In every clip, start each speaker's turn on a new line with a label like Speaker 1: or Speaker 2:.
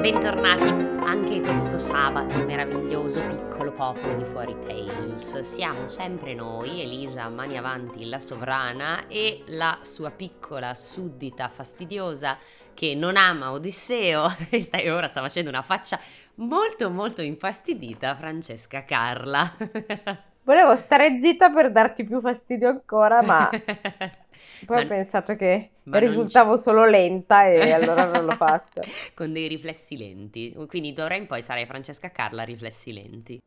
Speaker 1: bentornati anche questo sabato meraviglioso piccolo popolo di Fuori Tales. Siamo sempre noi, Elisa Mani Avanti, la sovrana e la sua piccola suddita fastidiosa che non ama Odisseo e sta- e ora sta facendo una faccia molto molto infastidita Francesca Carla.
Speaker 2: Volevo stare zitta per darti più fastidio ancora, Ah, ma poi ho
Speaker 1: Ma-
Speaker 2: pensato che
Speaker 1: ma non
Speaker 2: risultavo solo lenta e allora non l'ho fatto.
Speaker 1: Con dei riflessi lenti. Quindi d'ora in poi sarai Francesca Carla a riflessi lenti.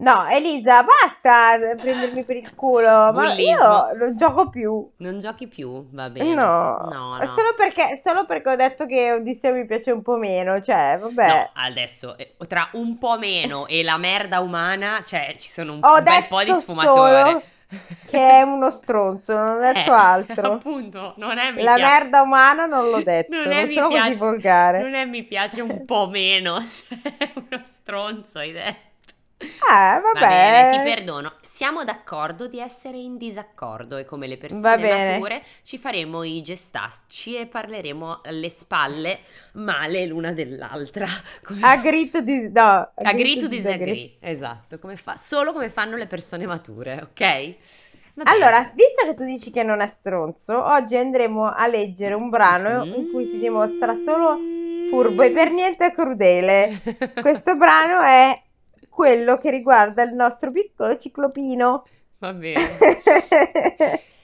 Speaker 2: No, Elisa, basta prendermi per il culo, ma
Speaker 1: Bullismo.
Speaker 2: io non gioco più.
Speaker 1: Non giochi più, va bene.
Speaker 2: No,
Speaker 1: no, no.
Speaker 2: Solo perché, solo perché ho detto che Odisseo mi piace un po' meno, cioè, vabbè.
Speaker 1: No, adesso eh, tra un po' meno e la merda umana, cioè ci sono un,
Speaker 2: Ho
Speaker 1: un bel po' di
Speaker 2: detto
Speaker 1: sfumature.
Speaker 2: solo che è uno stronzo, non ho detto
Speaker 1: Eh,
Speaker 2: altro.
Speaker 1: Appunto, non è mi
Speaker 2: La
Speaker 1: pia-
Speaker 2: merda umana non l'ho detto,
Speaker 1: Non
Speaker 2: non,
Speaker 1: è mi
Speaker 2: sono così
Speaker 1: piace-
Speaker 2: volgare.
Speaker 1: Non è mi piace un po' meno, cioè uno stronzo hai detto.
Speaker 2: Eh,
Speaker 1: Va bene, ti
Speaker 2: vabbè.
Speaker 1: perdono. Siamo d'accordo di essere in disaccordo e come le
Speaker 2: Va
Speaker 1: persone
Speaker 2: bene.
Speaker 1: mature ci faremo i gestacci e parleremo alle spalle male l'una dell'altra. Come-
Speaker 2: Agree dis... no,
Speaker 1: Agree
Speaker 2: agree
Speaker 1: to
Speaker 2: to
Speaker 1: disagree, esatto, come fa- solo come fanno le persone mature, ok? Va bene.
Speaker 2: Allora, visto che tu dici che non è stronzo, oggi andremo a leggere un brano
Speaker 1: Mm.
Speaker 2: eh, in cui si dimostra solo furbo e per niente
Speaker 1: Mm.
Speaker 2: crudele. Questo brano è quello che riguarda il nostro piccolo ciclopino.
Speaker 1: Va bene.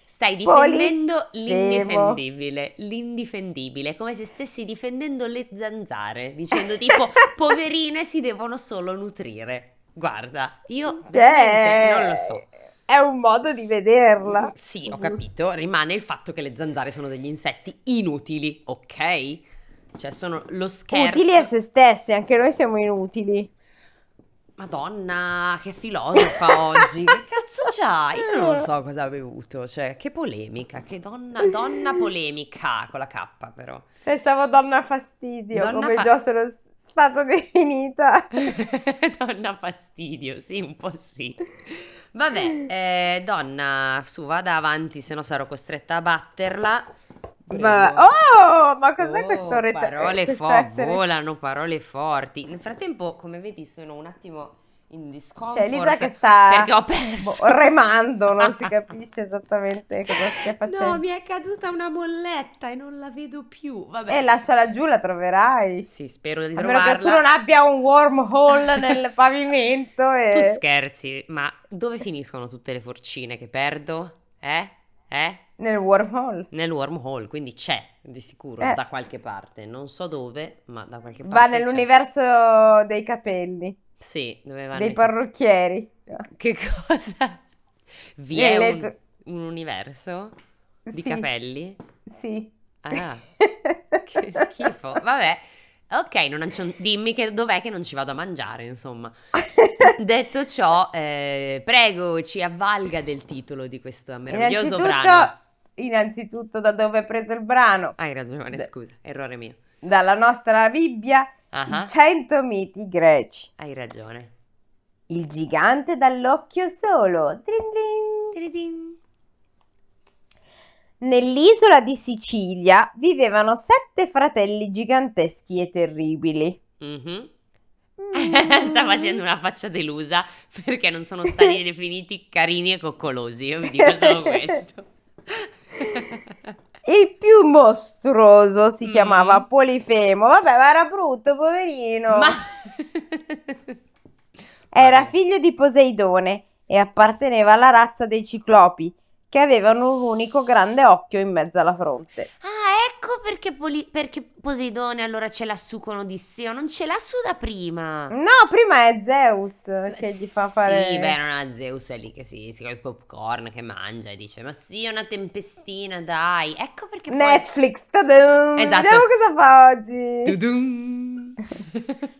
Speaker 1: Stai
Speaker 2: Poli-
Speaker 1: difendendo
Speaker 2: Temo.
Speaker 1: l'indifendibile, l'indifendibile, è come se stessi difendendo le zanzare, dicendo tipo poverine si devono solo nutrire. Guarda, io veramente
Speaker 2: Eh,
Speaker 1: non lo so.
Speaker 2: È un modo di vederla.
Speaker 1: Sì, ho capito, rimane il fatto che le zanzare sono degli insetti inutili, ok? Cioè sono lo scherzo.
Speaker 2: Utili a se stesse, anche noi siamo inutili.
Speaker 1: Madonna, che filosofa oggi. Che cazzo c'ha? Io non so cosa ha bevuto, cioè che polemica, che donna, donna polemica con la K però.
Speaker 2: Pensavo donna fastidio,
Speaker 1: Donna
Speaker 2: come
Speaker 1: fa-
Speaker 2: già sono s- stata definita.
Speaker 1: donna fastidio, sì, un po' sì. Vabbè, eh, donna, su, vada avanti, se no sarò costretta a batterla.
Speaker 2: Ma-
Speaker 1: Prego.
Speaker 2: oh, ma cos'è
Speaker 1: Oh,
Speaker 2: questo ret-
Speaker 1: Parole
Speaker 2: questo
Speaker 1: fo-
Speaker 2: essere-
Speaker 1: volano, parole forti. Nel frattempo, come vedi, sono un attimo in discomfort.
Speaker 2: Cioè, Elisa che sta
Speaker 1: Perché ho
Speaker 2: boh,
Speaker 1: perso.
Speaker 2: remando, non si capisce esattamente cosa stia
Speaker 1: No,
Speaker 2: facendo.
Speaker 1: mi è caduta una molletta e non la vedo più. Vabbè.
Speaker 2: E Eh, lasciala giù, la troverai.
Speaker 1: Sì, spero di
Speaker 2: A meno che tu
Speaker 1: trovarla.
Speaker 2: non abbia un wormhole nel pavimento
Speaker 1: Tu
Speaker 2: e...
Speaker 1: scherzi, ma dove finiscono tutte le forcine che perdo? Eh? Eh?
Speaker 2: Nel wormhole.
Speaker 1: Nel wormhole, quindi c'è di sicuro
Speaker 2: Eh.
Speaker 1: da qualche parte, non so dove, ma da qualche parte.
Speaker 2: Va
Speaker 1: c'è.
Speaker 2: nell'universo dei capelli,
Speaker 1: Sì, dove vanno
Speaker 2: dei
Speaker 1: i-
Speaker 2: parrucchieri.
Speaker 1: Che cosa? Vi
Speaker 2: Le-
Speaker 1: è
Speaker 2: le-
Speaker 1: un, un universo di
Speaker 2: Sì,
Speaker 1: capelli?
Speaker 2: Sì.
Speaker 1: Ah, che schifo. Vabbè, ok, non c'è- dimmi che dov'è che non ci vado a mangiare, insomma. Detto ciò, eh, prego, ci avvalga del titolo di questo meraviglioso brano.
Speaker 2: Innanzitutto, innanzitutto da dove è preso il brano?
Speaker 1: Hai ragione,
Speaker 2: Beh.
Speaker 1: scusa, errore mio.
Speaker 2: Dalla nostra Bibbia,
Speaker 1: Ah,
Speaker 2: 100 miti greci.
Speaker 1: Hai ragione.
Speaker 2: Il gigante dall'occhio solo. Drin drin.
Speaker 1: Tiridim.
Speaker 2: Nell'isola di Sicilia vivevano sette fratelli giganteschi e terribili.
Speaker 1: Mhm. Sta facendo una faccia delusa perché non sono stati definiti carini e coccolosi. Io vi dico solo questo.
Speaker 2: Il più mostruoso si
Speaker 1: Mm.
Speaker 2: chiamava Polifemo. Vabbè, ma era brutto, poverino.
Speaker 1: Ma
Speaker 2: Era
Speaker 1: Vabbè.
Speaker 2: figlio di Poseidone e apparteneva alla razza dei ciclopi, che avevano un unico grande occhio in mezzo alla fronte.
Speaker 1: Ah, ecco perché, Poli- perché Poseidone allora ce l'ha su con Odisseo. Non ce l'ha su da prima.
Speaker 2: No, prima è Zeus che gli fa fare...
Speaker 1: Sì, beh, non ha Zeus è lì che si, si con il popcorn che mangia e dice: Ma sì, è una tempestina, dai. Ecco perché poi.
Speaker 2: Netflix, tadam!
Speaker 1: Esatto.
Speaker 2: Vediamo cosa fa oggi.
Speaker 1: Tudum.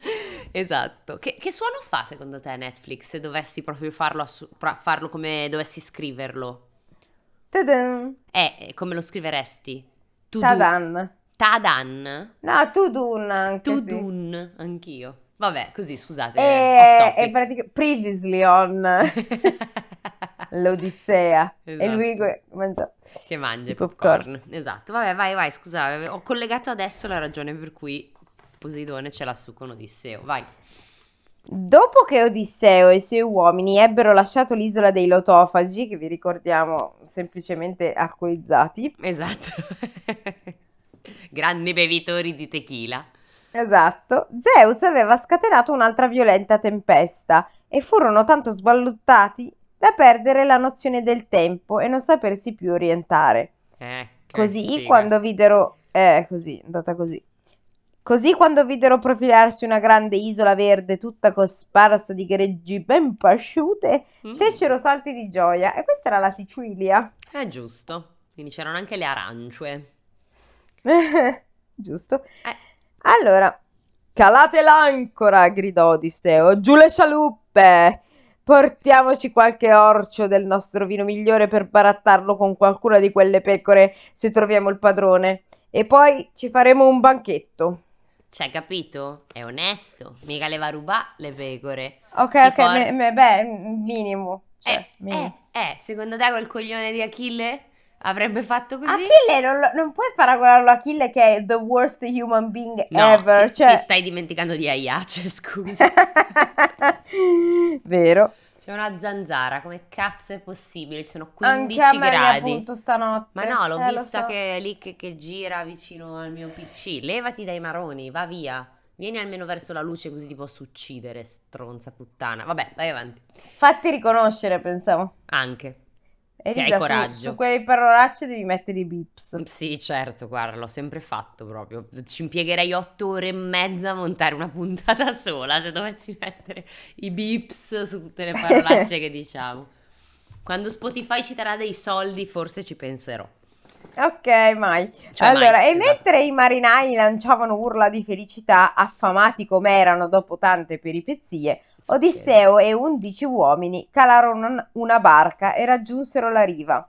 Speaker 1: esatto. Che, che suono fa secondo te Netflix se dovessi proprio farlo, assu- pra- farlo come dovessi scriverlo?
Speaker 2: Tadam,
Speaker 1: Eh, eh, come lo scriveresti? Tudu-
Speaker 2: Tadan.
Speaker 1: Tadan?
Speaker 2: No, Tudun anche sì. Eh,
Speaker 1: Tudun, anch'io. Vabbè, così scusate.
Speaker 2: E,
Speaker 1: eh, off
Speaker 2: e
Speaker 1: topic.
Speaker 2: praticamente previously on l'Odissea e
Speaker 1: Esatto.
Speaker 2: lui que- mangia
Speaker 1: Che mangia i
Speaker 2: popcorn.
Speaker 1: popcorn. Esatto. Vabbè, vai, vai, scusa, ho collegato adesso la ragione per cui Poseidone ce l'ha su con Odisseo. Vai.
Speaker 2: Dopo che Odisseo e i suoi uomini ebbero lasciato l'isola dei Lotofagi, che vi ricordiamo semplicemente alcolizzati,
Speaker 1: Esatto. Grandi bevitori di tequila.
Speaker 2: esatto, Zeus aveva scatenato un'altra violenta tempesta e furono tanto sballottati da perdere la nozione del tempo e non sapersi più orientare.
Speaker 1: Eh, che
Speaker 2: Così
Speaker 1: sfiga.
Speaker 2: quando videro, eh, così, è andata così. Così quando videro profilarsi una grande isola verde tutta cosparsa di greggi ben pasciute,
Speaker 1: Mm.
Speaker 2: fecero salti di gioia. E questa era la Sicilia.
Speaker 1: È giusto. Quindi c'erano anche le arancie.
Speaker 2: Giusto?
Speaker 1: Eh.
Speaker 2: Allora, calate l'ancora, gridò Odisseo. Giù le scialuppe! Portiamoci qualche orcio del nostro vino migliore per barattarlo con qualcuna di quelle pecore se troviamo il padrone. E poi ci faremo un banchetto.
Speaker 1: Cioè, capito? È onesto. Mica le va a rubare le pecore.
Speaker 2: Ok,
Speaker 1: Si
Speaker 2: ok,
Speaker 1: por-
Speaker 2: me- me- beh, minimo. Cioè,
Speaker 1: Eh, eh,
Speaker 2: minimo.
Speaker 1: eh, secondo te quel coglione di Achille avrebbe fatto così?
Speaker 2: Achille non, lo- non puoi paragonarlo a Achille che è the worst human being
Speaker 1: No,
Speaker 2: ever.
Speaker 1: ti, ti
Speaker 2: cioè...
Speaker 1: stai dimenticando di Aiace, scusa.
Speaker 2: Vero.
Speaker 1: C'è una zanzara, come cazzo è possibile? Ci sono
Speaker 2: Anche
Speaker 1: 15
Speaker 2: a me mi
Speaker 1: gradi.
Speaker 2: appunto stanotte.
Speaker 1: Ma no, l'ho
Speaker 2: Eh, lo
Speaker 1: vista
Speaker 2: so.
Speaker 1: che è lì che, che gira vicino al mio PC. Levati dai maroni, va via. Vieni almeno verso la luce così ti posso uccidere, stronza puttana. Vabbè, vai avanti.
Speaker 2: Fatti riconoscere, pensavo.
Speaker 1: Anche.
Speaker 2: E
Speaker 1: Se hai
Speaker 2: su-
Speaker 1: coraggio.
Speaker 2: su quelle parolacce devi mettere i bips.
Speaker 1: Sì, certo, guarda, l'ho sempre fatto proprio. Ci impiegherei otto ore e mezza a montare una puntata sola se dovessi mettere i bips su tutte le parolacce che diciamo. Quando Spotify ci darà dei soldi, forse ci penserò.
Speaker 2: Ok, mai.
Speaker 1: Cioè, mai,
Speaker 2: allora, e
Speaker 1: esatto.
Speaker 2: mentre i marinai lanciavano urla di felicità, affamati come erano dopo tante peripezie, Odisseo e undici uomini calarono un- una barca e raggiunsero la riva.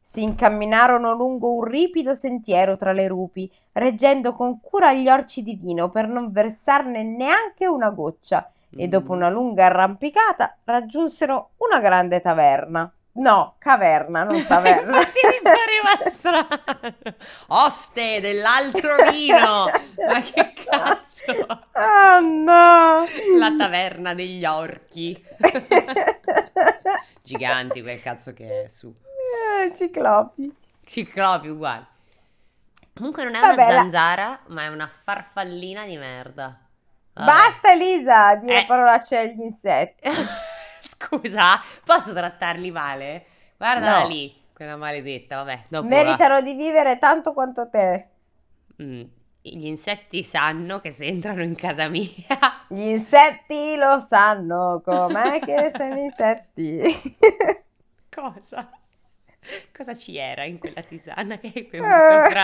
Speaker 2: Si incamminarono lungo un ripido sentiero tra le rupi, reggendo con cura gli orci di vino per non versarne neanche una goccia, e dopo
Speaker 1: Mm.
Speaker 2: una lunga arrampicata raggiunsero una grande taverna. No, caverna, non taverna.
Speaker 1: Infatti mi pareva strano. Oste dell'altro vino. Ma che cazzo?
Speaker 2: Oh no!
Speaker 1: La taverna degli orchi. Giganti quel cazzo che è su.
Speaker 2: Eh, Ciclopi.
Speaker 1: Ciclopi uguali. Comunque non è
Speaker 2: Vabbè,
Speaker 1: una
Speaker 2: la-
Speaker 1: zanzara, ma è una farfallina di merda. Vabbè.
Speaker 2: Basta Elisa dire
Speaker 1: Ah. Eh.
Speaker 2: parolacce agli insetti.
Speaker 1: Scusa, posso trattarli male? Guarda
Speaker 2: No.
Speaker 1: lì, quella maledetta, vabbè, dopo la-
Speaker 2: Meritano di vivere tanto quanto te.
Speaker 1: Mm, Gli insetti sanno che se entrano in casa mia
Speaker 2: Gli insetti lo sanno com'è che sono insetti.
Speaker 1: Cosa? Cosa ci era in quella tisana che hai bevuto, Fra?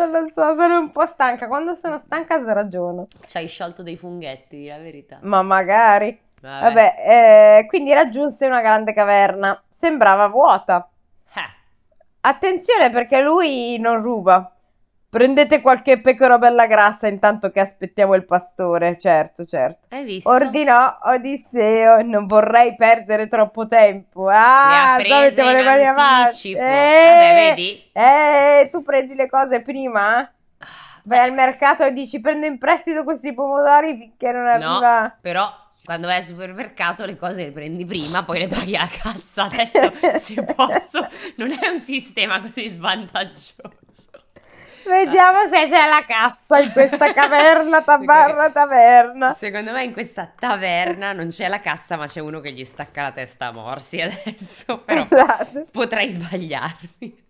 Speaker 2: Non lo so, sono un po' stanca. Quando sono stanca sragiono.
Speaker 1: Ci hai sciolto dei funghetti, di la verità.
Speaker 2: Ma magari.
Speaker 1: Eh. Vabbè.
Speaker 2: Vabbè, eh, quindi raggiunse una grande caverna. Sembrava vuota.
Speaker 1: Eh,
Speaker 2: Attenzione perché lui non ruba. Prendete qualche pecora bella grassa intanto che aspettiamo il pastore, certo, certo.
Speaker 1: hai visto?
Speaker 2: Ordinò Odisseo, non vorrei perdere troppo tempo.
Speaker 1: Le ha
Speaker 2: Ah,
Speaker 1: prese
Speaker 2: dovete
Speaker 1: in
Speaker 2: le mani avanti.
Speaker 1: anticipo.
Speaker 2: Eh,
Speaker 1: Vabbè, vedi? Ah,
Speaker 2: eh, tu prendi le cose prima? Vai al mercato e dici prendo in prestito questi pomodori finché non
Speaker 1: Eh.
Speaker 2: arriva.
Speaker 1: Però quando vai al supermercato le cose le prendi prima, poi le paghi alla cassa. Adesso, se posso, non è un sistema così svantaggioso.
Speaker 2: Vediamo se c'è la cassa in questa caverna, tabarra taverna.
Speaker 1: Secondo me in questa taverna non c'è la cassa, ma c'è uno che gli stacca la testa a morsi adesso, però
Speaker 2: Esatto.
Speaker 1: potrei sbagliarmi.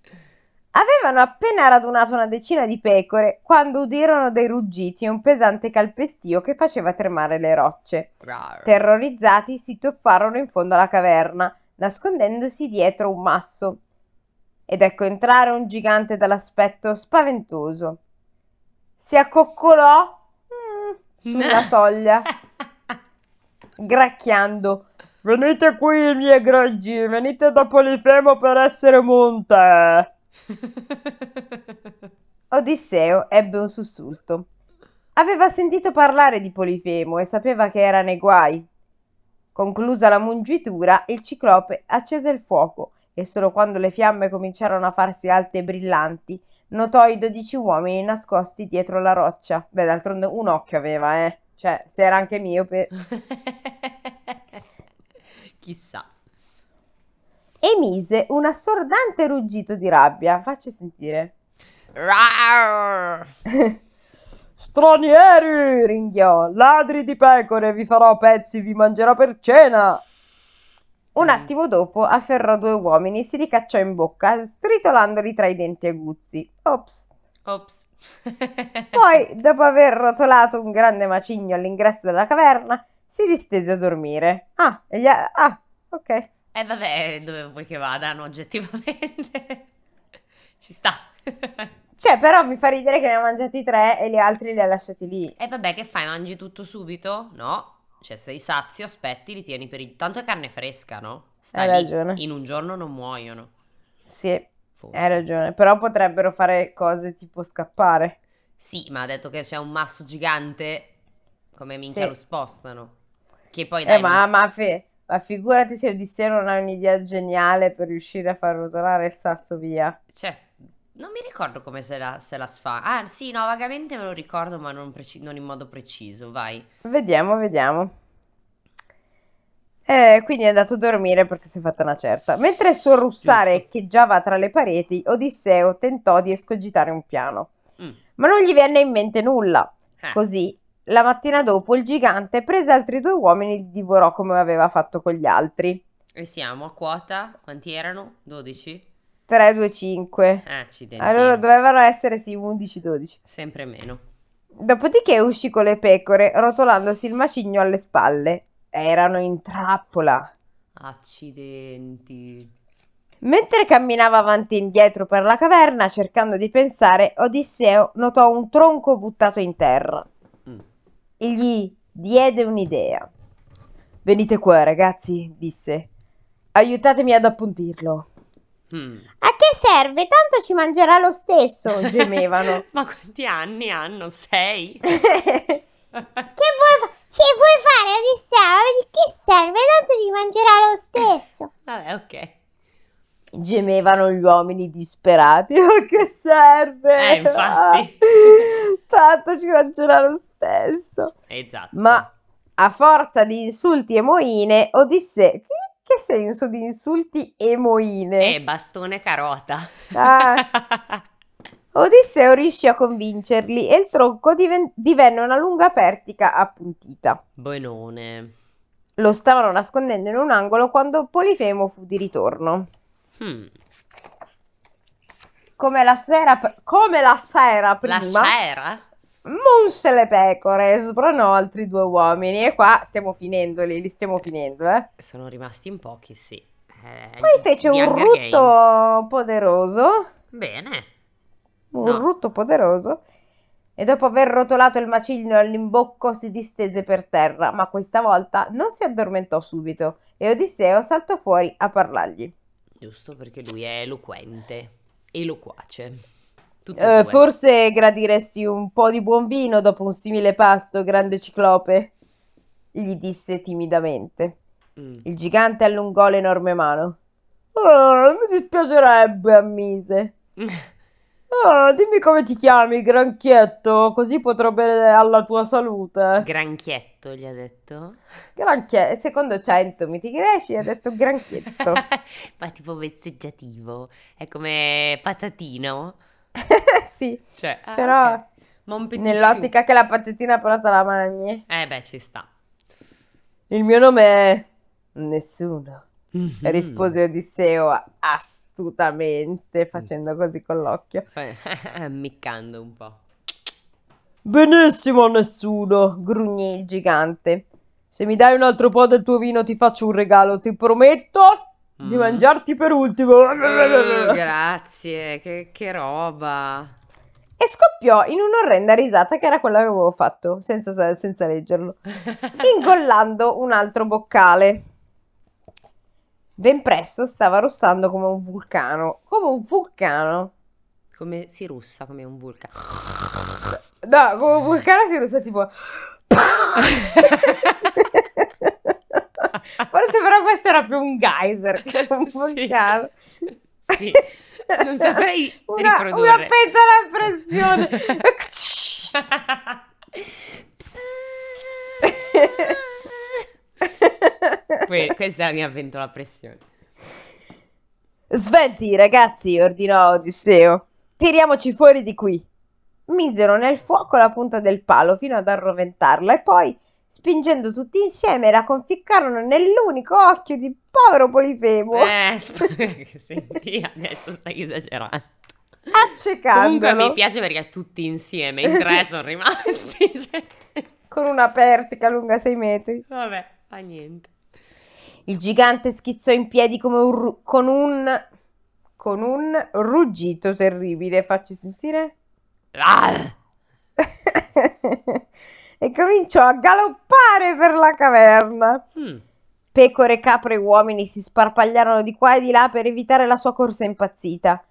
Speaker 2: Avevano appena radunato una decina di pecore quando udirono dei ruggiti e un pesante calpestio che faceva tremare le rocce.
Speaker 1: Rar.
Speaker 2: Terrorizzati si tuffarono in fondo alla caverna, nascondendosi dietro un masso. Ed ecco entrare un gigante dall'aspetto spaventoso. Si accoccolò mm, sulla soglia, gracchiando. Venite qui, miei greggi, venite da Polifemo per essere monte. Odisseo ebbe un sussulto. Aveva sentito parlare di Polifemo e sapeva che era nei guai. Conclusa la mungitura, il ciclope accese il fuoco e solo quando le fiamme cominciarono a farsi alte e brillanti, Notò i dodici uomini nascosti dietro la roccia. Beh, d'altronde un occhio aveva, eh. Cioè, se era anche miope.
Speaker 1: Chissà.
Speaker 2: Emise un assordante ruggito di rabbia. Facci sentire.
Speaker 1: Rar!
Speaker 2: Stranieri, ringhiò, ladri di pecore, vi farò pezzi, vi mangerò per cena. Un
Speaker 1: Mm.
Speaker 2: attimo dopo afferrò due uomini, si ricacciò in bocca, stritolandoli tra i denti aguzzi. Ops.
Speaker 1: Ops.
Speaker 2: Poi, dopo aver rotolato un grande macigno all'ingresso della caverna, si distese a dormire. Ah, e gli a- ah, ok.
Speaker 1: Eh vabbè, dove vuoi che vadano oggettivamente? Ci sta. Eh,
Speaker 2: Cioè, però mi fa ridere che ne ha mangiati tre e gli altri li ha lasciati lì.
Speaker 1: E vabbè, che fai? Mangi tutto subito? No. Cioè, sei sazio, aspetti, li tieni per il... Tanto è carne fresca, no? Sta
Speaker 2: Hai
Speaker 1: lì.
Speaker 2: ragione.
Speaker 1: In un giorno non muoiono.
Speaker 2: Sì, hai
Speaker 1: Forse.
Speaker 2: ragione. Però potrebbero fare cose tipo scappare.
Speaker 1: Sì, ma ha detto che c'è un masso gigante. Come minchia
Speaker 2: Sì.
Speaker 1: lo spostano? Che poi
Speaker 2: Eh,
Speaker 1: dai...
Speaker 2: ma, ma fi- ma figurati se Odisseo non ha un'idea geniale per riuscire a far rotolare il sasso via.
Speaker 1: Cioè, non mi ricordo come se la, se la sfa. Ah, sì, no, vagamente me lo ricordo, ma non, preci- non in modo preciso, vai.
Speaker 2: Vediamo, vediamo. Eh, quindi è andato a dormire perché si è fatta una certa. Mentre il suo russare
Speaker 1: Giusto.
Speaker 2: echeggiava tra le pareti, Odisseo tentò di escogitare un piano,
Speaker 1: Mm.
Speaker 2: ma non gli venne in mente nulla.
Speaker 1: Eh,
Speaker 2: Così, la mattina dopo, il gigante prese altri due uomini e li divorò come aveva fatto con gli altri.
Speaker 1: E siamo a quota, quanti erano? 12?
Speaker 2: 3, 2, 5.
Speaker 1: Ah, accidenti.
Speaker 2: Allora dovevano essere sì 11-12.
Speaker 1: Sempre meno.
Speaker 2: Dopodiché uscì con le pecore, rotolandosi il macigno alle spalle. Erano in trappola.
Speaker 1: Accidenti.
Speaker 2: Mentre camminava avanti e indietro per la caverna, cercando di pensare, Odisseo notò un tronco buttato in terra.
Speaker 1: Mm.
Speaker 2: Gli diede un'idea. Venite qua, ragazzi, disse. Aiutatemi ad appuntirlo.
Speaker 1: Mm.
Speaker 2: A che serve? Tanto ci mangerà lo stesso, gemevano.
Speaker 1: ma quanti anni hanno? Sei?
Speaker 3: Che vuoi, fa- che vuoi fare, Odisseo? Di che serve? Tanto ci mangerà lo stesso.
Speaker 1: Vabbè, ok.
Speaker 2: Gemevano gli uomini disperati. A che serve?
Speaker 1: Eh, infatti.
Speaker 2: Tanto ci mangerà lo stesso.
Speaker 1: Esatto.
Speaker 2: Ma a forza di insulti e moine, Odisseo... Che, che senso di insulti e moine?
Speaker 1: Eh, bastone e carota.
Speaker 2: Ah. Odisseo riuscì a convincerli e il tronco diven- divenne una lunga pertica appuntita.
Speaker 1: Bonone.
Speaker 2: Lo stavano nascondendo in un angolo quando Polifemo fu di ritorno.
Speaker 1: Mm.
Speaker 2: Come la sera, pr- come la sera
Speaker 1: La
Speaker 2: prima,
Speaker 1: scera?
Speaker 2: munse le pecore e sbronò altri due uomini. E qua stiamo finendoli, li stiamo finendo, eh.
Speaker 1: Sono rimasti in pochi, sì. Eh,
Speaker 2: Poi fece
Speaker 1: di
Speaker 2: un
Speaker 1: Hunger
Speaker 2: rutto
Speaker 1: Games.
Speaker 2: poderoso.
Speaker 1: Bene.
Speaker 2: un
Speaker 1: No.
Speaker 2: rutto poderoso, e dopo aver rotolato il macigno all'imbocco si distese per terra, ma questa volta non si addormentò subito e Odisseo saltò fuori a parlargli.
Speaker 1: Giusto perché lui è eloquente. Eloquace. Tutte e
Speaker 2: Eh,
Speaker 1: due.
Speaker 2: forse gradiresti un po' di buon vino dopo un simile pasto, grande ciclope, gli disse timidamente.
Speaker 1: Mm.
Speaker 2: Il gigante allungò l'enorme mano. Oh, mi dispiacerebbe, ammise. Oh, dimmi come ti chiami, granchietto, così potrò bere alla tua salute.
Speaker 1: Granchietto gli ha detto.
Speaker 2: Granchie- secondo Cento Mitigreci ha detto granchietto.
Speaker 1: Ma tipo vezzeggiativo. È come patatino.
Speaker 2: Eh, sì,
Speaker 1: Cioè, ah,
Speaker 2: Però
Speaker 1: ok. Ma un petit
Speaker 2: nell'ottica che la patatina parata la magni.
Speaker 1: choux. Eh beh, ci sta.
Speaker 2: Il mio nome è Nessuno,
Speaker 1: Mhm.
Speaker 2: rispose Odisseo astutamente, facendo così con l'occhio.
Speaker 1: Fai- Mm. Ammiccando un po'.
Speaker 2: Benissimo, Nessuno, grugnì il gigante. Se mi dai un altro po' del tuo vino ti faccio un regalo, ti prometto di
Speaker 1: Mm.
Speaker 2: mangiarti per ultimo.
Speaker 1: Oh, grazie, che, che roba.
Speaker 2: E scoppiò in un'orrenda risata che era quella che avevo fatto, senza, sa- senza leggerlo, ingollando un altro boccale. Ben presto stava russando come un vulcano, come un vulcano.
Speaker 1: Come si russa come un vulcano.
Speaker 2: No, come un vulcano si russa tipo... Forse però questo era più un geyser che un
Speaker 1: Sì.
Speaker 2: vulcano.
Speaker 1: Sì. Non saprei
Speaker 2: una,
Speaker 1: riprodurre.
Speaker 2: Una pentola a pressione.
Speaker 1: Que- questa è la mia pentola a pressione.
Speaker 2: Sventi, ragazzi, ordinò Odisseo. Tiriamoci fuori di qui. Misero nel fuoco la punta del palo fino ad arroventarla e poi, spingendo tutti insieme, la conficcarono nell'unico occhio di povero Polifemo,
Speaker 1: Eh, sp- senti, adesso stai esagerando. Comunque mi
Speaker 2: accecandolo
Speaker 1: piace perché tutti insieme, in tre sono rimasti. cioè,
Speaker 2: con una pertica lunga sei metri.
Speaker 1: Vabbè, fa niente.
Speaker 2: Il gigante schizzò in piedi come un ru- con un... con un ruggito terribile. Facci sentire.
Speaker 1: Ah!
Speaker 2: e cominciò a galoppare per la caverna.
Speaker 1: Mm.
Speaker 2: Pecore, capre e uomini si sparpagliarono di qua e di là per evitare la sua corsa impazzita.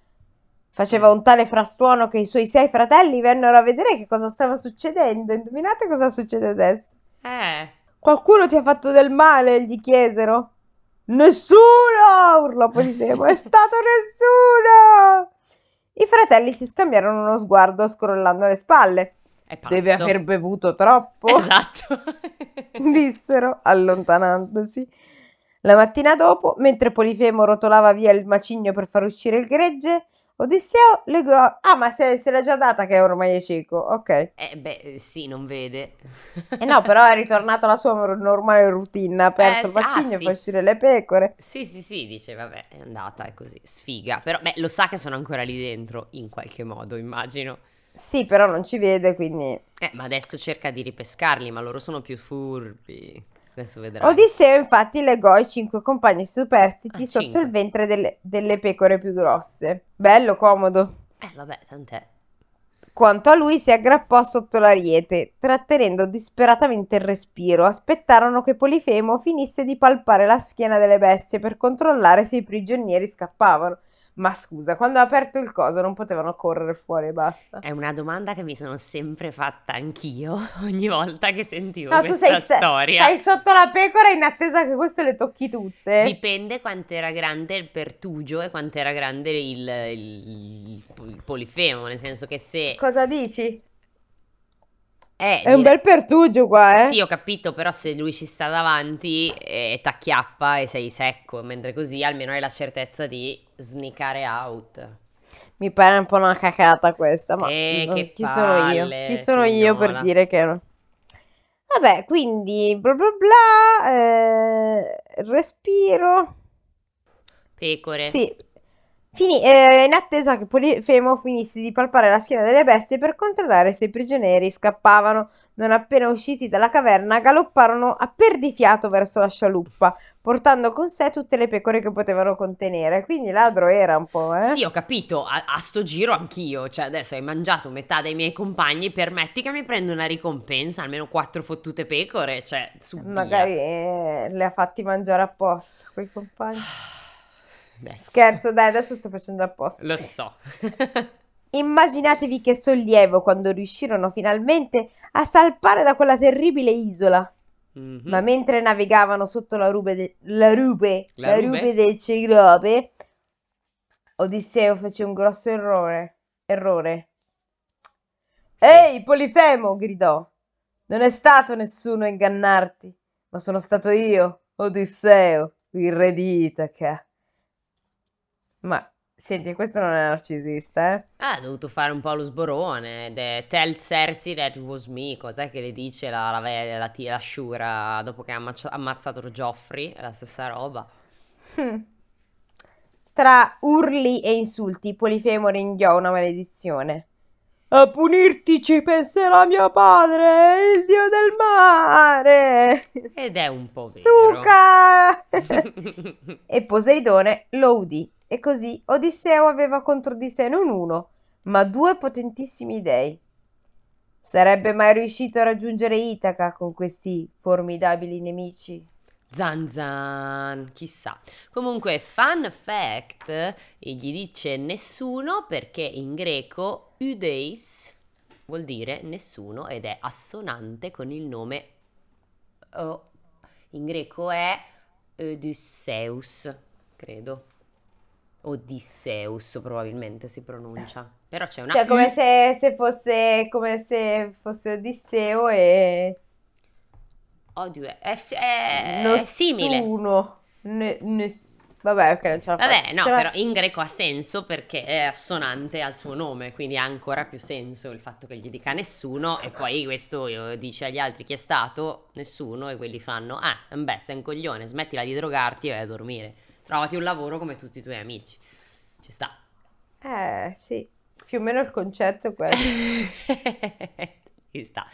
Speaker 2: Faceva un tale frastuono che i suoi sei fratelli vennero a vedere che cosa stava succedendo. Indovinate cosa succede adesso?
Speaker 1: Eh,
Speaker 2: Qualcuno ti ha fatto del male? gli chiesero. Nessuno! urlò Polifemo. È stato nessuno! I fratelli si scambiarono uno sguardo scrollando le spalle.
Speaker 1: è pazzo.
Speaker 2: Deve aver bevuto troppo,
Speaker 1: Esatto.
Speaker 2: dissero, allontanandosi. La mattina dopo, mentre Polifemo rotolava via il macigno per far uscire il gregge, Odisseo legò... Ah, ma se, se l'ha già data che ormai è cieco, ok. E
Speaker 1: eh, beh, sì, non vede.
Speaker 2: no, però è ritornata alla sua nor- normale routine, ha aperto il
Speaker 1: s- ah,
Speaker 2: macigno,
Speaker 1: sì.
Speaker 2: fa uscire le pecore.
Speaker 1: Sì, sì, sì, dice, vabbè, è andata, è così, sfiga. Però, beh, lo sa che sono ancora lì dentro, in qualche modo, immagino.
Speaker 2: Sì, però non ci vede, quindi...
Speaker 1: Eh, ma adesso cerca di ripescarli, ma loro sono più furbi. Adesso vedrai.
Speaker 2: Odisseo infatti legò i cinque compagni superstiti
Speaker 1: Ah,
Speaker 2: sotto
Speaker 1: cinque.
Speaker 2: il ventre delle- delle pecore più grosse. Bello, comodo.
Speaker 1: Eh, vabbè, tant'è.
Speaker 2: Quanto a lui si aggrappò sotto l'ariete, trattenendo disperatamente il respiro. Aspettarono che Polifemo finisse di palpare la schiena delle bestie per controllare se i prigionieri scappavano. Ma scusa, quando ha aperto il coso non potevano correre fuori e basta.
Speaker 1: È una domanda che mi sono sempre fatta anch'io ogni volta che sentivo
Speaker 2: No, Ah, tu
Speaker 1: questa
Speaker 2: sei, se-
Speaker 1: storia.
Speaker 2: sei sotto la pecora in attesa che questo le tocchi tutte.
Speaker 1: Dipende quanto era grande il pertugio e quanto era grande il, il- il polifemo, nel senso che se...
Speaker 2: Cosa dici?
Speaker 1: eh,
Speaker 2: Ecco, È un
Speaker 1: direi-
Speaker 2: bel pertugio qua, eh?
Speaker 1: Sì, ho capito, però se lui ci sta davanti eh, t'acchiappa e sei secco, mentre così almeno hai la certezza di sneakare out.
Speaker 2: Mi pare un po' una cacata questa, ma
Speaker 1: Eh,
Speaker 2: non-
Speaker 1: che
Speaker 2: chi sono io?
Speaker 1: palle,
Speaker 2: Chi sono io per
Speaker 1: signora.
Speaker 2: dire che no? Vabbè, quindi bla bla bla, eh, respiro.
Speaker 1: Pecore.
Speaker 2: Sì. Fini- eh, in attesa che Polifemo finisse di palpare la schiena delle bestie per controllare se i prigionieri scappavano, non appena usciti dalla caverna, galopparono a perdifiato verso la scialuppa, portando con sé tutte le pecore che potevano contenere. Quindi ladro era un po', eh?
Speaker 1: Sì, ho capito, a, a sto giro anch'io, cioè adesso hai mangiato metà dei miei compagni, permetti che mi prendo una ricompensa, almeno quattro fottute pecore, cioè su via.
Speaker 2: Magari eh, le ha fatti mangiare apposta quei compagni.
Speaker 1: Adesso.
Speaker 2: Scherzo, dai, adesso sto facendo apposta.
Speaker 1: Ah, Lo so.
Speaker 2: Immaginatevi che sollievo quando riuscirono finalmente a salpare da quella terribile isola.
Speaker 1: Mhm.
Speaker 2: Ma mentre navigavano sotto la rube, de- la rube,
Speaker 1: La
Speaker 2: la
Speaker 1: rube?
Speaker 2: rube del Ciclope, Odisseo fece un grosso errore. Errore. Ehi, Polifemo, gridò. Non è stato nessuno a ingannarti, ma sono stato io, Odisseo, il re di Itaca. Ma senti, questo non è narcisista, eh?
Speaker 1: Ah, ha dovuto fare un po' lo sborone. ed è Tell Cersei that was me. Cos'è che le dice la, la, ve- la, ti- la sciura dopo che ha ammaccia- ammazzato Joffrey? È la stessa roba.
Speaker 2: Hmm. Tra urli e insulti, Polifemo ringhiò una maledizione. A punirti ci penserà mio padre, il dio del mare.
Speaker 1: Ed è un po'
Speaker 2: Suca!
Speaker 1: vero.
Speaker 2: E Poseidone lo udì. E così Odisseo aveva contro di sé non uno, ma due potentissimi dei. Sarebbe mai riuscito a raggiungere Itaca con questi formidabili nemici?
Speaker 1: Zan zan, chissà. Comunque, fun fact, eh, gli dice nessuno perché in greco udeis vuol dire nessuno ed è assonante con il nome oh, in greco è Odysseus, credo. Odisseus probabilmente si pronuncia. Però c'è una
Speaker 2: Cioè,
Speaker 1: U.
Speaker 2: come se, se fosse, come se fosse Odisseo e
Speaker 1: Oddio, è, è- è Eh, simile.
Speaker 2: nessuno. Ne- ness- Vabbè, ok, non ce la
Speaker 1: Vabbè,
Speaker 2: faccio.
Speaker 1: no,
Speaker 2: Ce la-
Speaker 1: però in greco ha senso perché è assonante al suo nome, quindi ha ancora più senso il fatto che gli dica nessuno e poi questo eh, dice agli altri chi è stato, nessuno, e quelli fanno, ah, beh, sei un coglione, smettila di drogarti e vai a dormire. Trovati un lavoro come tutti i tuoi amici. Ci sta.
Speaker 2: Eh, sì, più o meno il concetto è quello.
Speaker 1: Ci sta.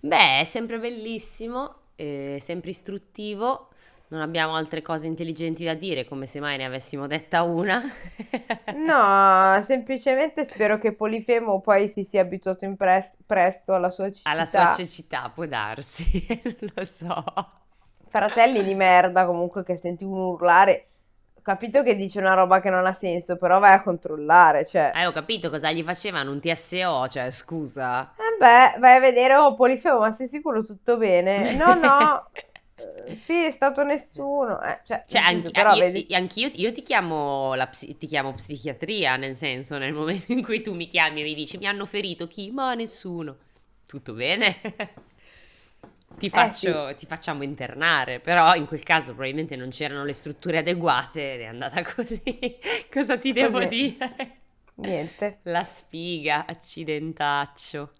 Speaker 1: Beh, è sempre bellissimo, eh, sempre istruttivo. Non abbiamo altre cose intelligenti da dire, come se mai ne avessimo detta una.
Speaker 2: No, semplicemente spero che Polifemo poi si sia abituato in pres- presto alla sua
Speaker 1: Alla sua
Speaker 2: cecità.
Speaker 1: cecità, può darsi, non lo so.
Speaker 2: Fratelli di merda, comunque, che senti uno urlare. Ho capito che dice una roba che non ha senso, però vai a controllare, cioè.
Speaker 1: Eh, ho capito cosa gli facevano un TSO, cioè, scusa.
Speaker 2: Eh beh, vai a vedere, oh Polifemo, ma sei sicuro tutto bene? No, no, eh, sì, è stato nessuno. Eh, cioè,
Speaker 1: Cioè,
Speaker 2: nel senso,
Speaker 1: anch-
Speaker 2: però
Speaker 1: io,
Speaker 2: vedi,
Speaker 1: io- anch'io- io ti chiamo la psi- ti chiamo psichiatria, nel senso, nel momento in cui tu mi chiami e mi dici mi hanno ferito chi? Ma nessuno. Tutto bene?
Speaker 2: Eh,
Speaker 1: Ti faccio, ti facciamo internare, però in quel caso probabilmente non c'erano le strutture adeguate ed è andata così. Cosa ti devo
Speaker 2: Così.
Speaker 1: dire?
Speaker 2: niente.
Speaker 1: La sfiga, accidentaccio.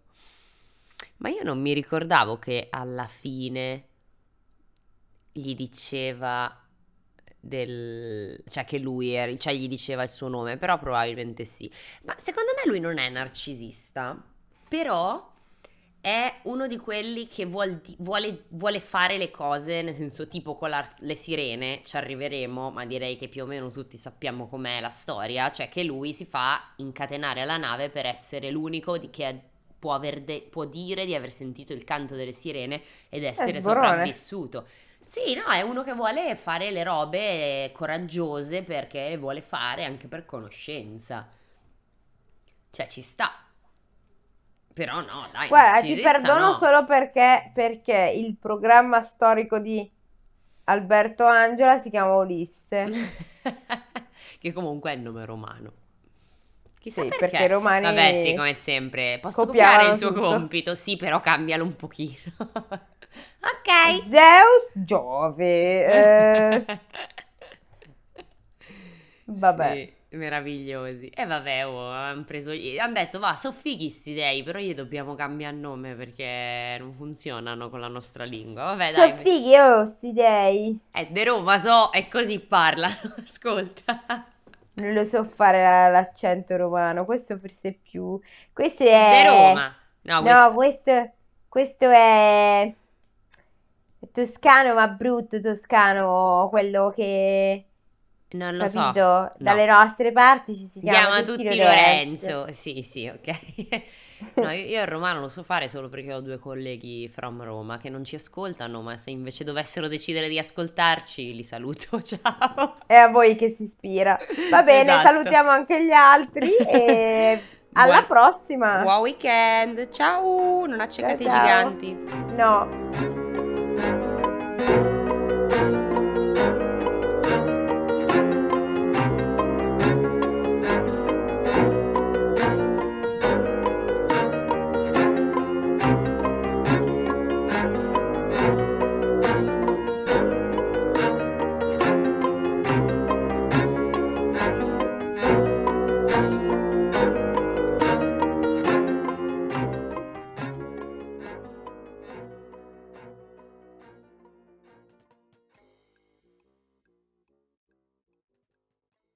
Speaker 1: Ma io non mi ricordavo che alla fine gli diceva del... cioè che lui era, cioè gli diceva il suo nome, però probabilmente sì. Ma secondo me lui non è narcisista, però è uno di quelli che vuol di- vuole, vuole fare le cose, nel senso tipo con la- le sirene, ci arriveremo, ma direi che più o meno tutti sappiamo com'è la storia, cioè che lui si fa incatenare alla nave per essere l'unico di- che può, aver de- può dire di aver sentito il canto delle sirene ed essere
Speaker 2: sborone.
Speaker 1: sopravvissuto. Sì, no, è uno che vuole fare le robe coraggiose perché le vuole fare anche per conoscenza. Cioè, ci sta. Però no, dai,
Speaker 2: Guarda, ti
Speaker 1: narcisista
Speaker 2: perdono
Speaker 1: no.
Speaker 2: solo perché, perché il programma storico di Alberto Angela si chiama Ulisse.
Speaker 1: che comunque è il nome romano. Chissà
Speaker 2: Sì,
Speaker 1: perché.
Speaker 2: perché i romani
Speaker 1: Vabbè, sì, come sempre. Posso copiare
Speaker 2: copiavano
Speaker 1: il tuo
Speaker 2: tutto.
Speaker 1: compito? Sì, però cambialo un pochino. ok.
Speaker 2: Zeus, Giove. eh, vabbè.
Speaker 1: Sì, meravigliosi. E vabbè, oh, han preso gli- han detto, va, sono fighi sti dei, però gli dobbiamo cambiare nome perché non funzionano con la nostra lingua. Vabbè,
Speaker 2: Sono
Speaker 1: dai,
Speaker 2: fighi, oh, sti dei.
Speaker 1: è Eh, de Roma, so, e così parlano, ascolta.
Speaker 2: Non lo so fare la- l'accento romano, questo forse è più... Questo è...
Speaker 1: De Roma. No,
Speaker 2: Eh,
Speaker 1: questo-
Speaker 2: No, questo, questo è è toscano, ma brutto toscano, quello che,
Speaker 1: non lo so.
Speaker 2: capito, dalle nostre parti ci si
Speaker 1: Chiama
Speaker 2: chiama
Speaker 1: tutti
Speaker 2: Lorenzo.
Speaker 1: Lorenzo. Sì, sì, ok. No, io, io il romano lo so fare solo perché ho due colleghi from Roma che non ci ascoltano, ma se invece dovessero decidere di ascoltarci, li saluto, ciao.
Speaker 2: È a voi che si ispira. Va bene,
Speaker 1: Esatto.
Speaker 2: salutiamo anche gli altri e alla
Speaker 1: Buon-
Speaker 2: prossima.
Speaker 1: Buon weekend, ciao, non accecate i
Speaker 2: Ciao, ciao.
Speaker 1: giganti.
Speaker 2: No.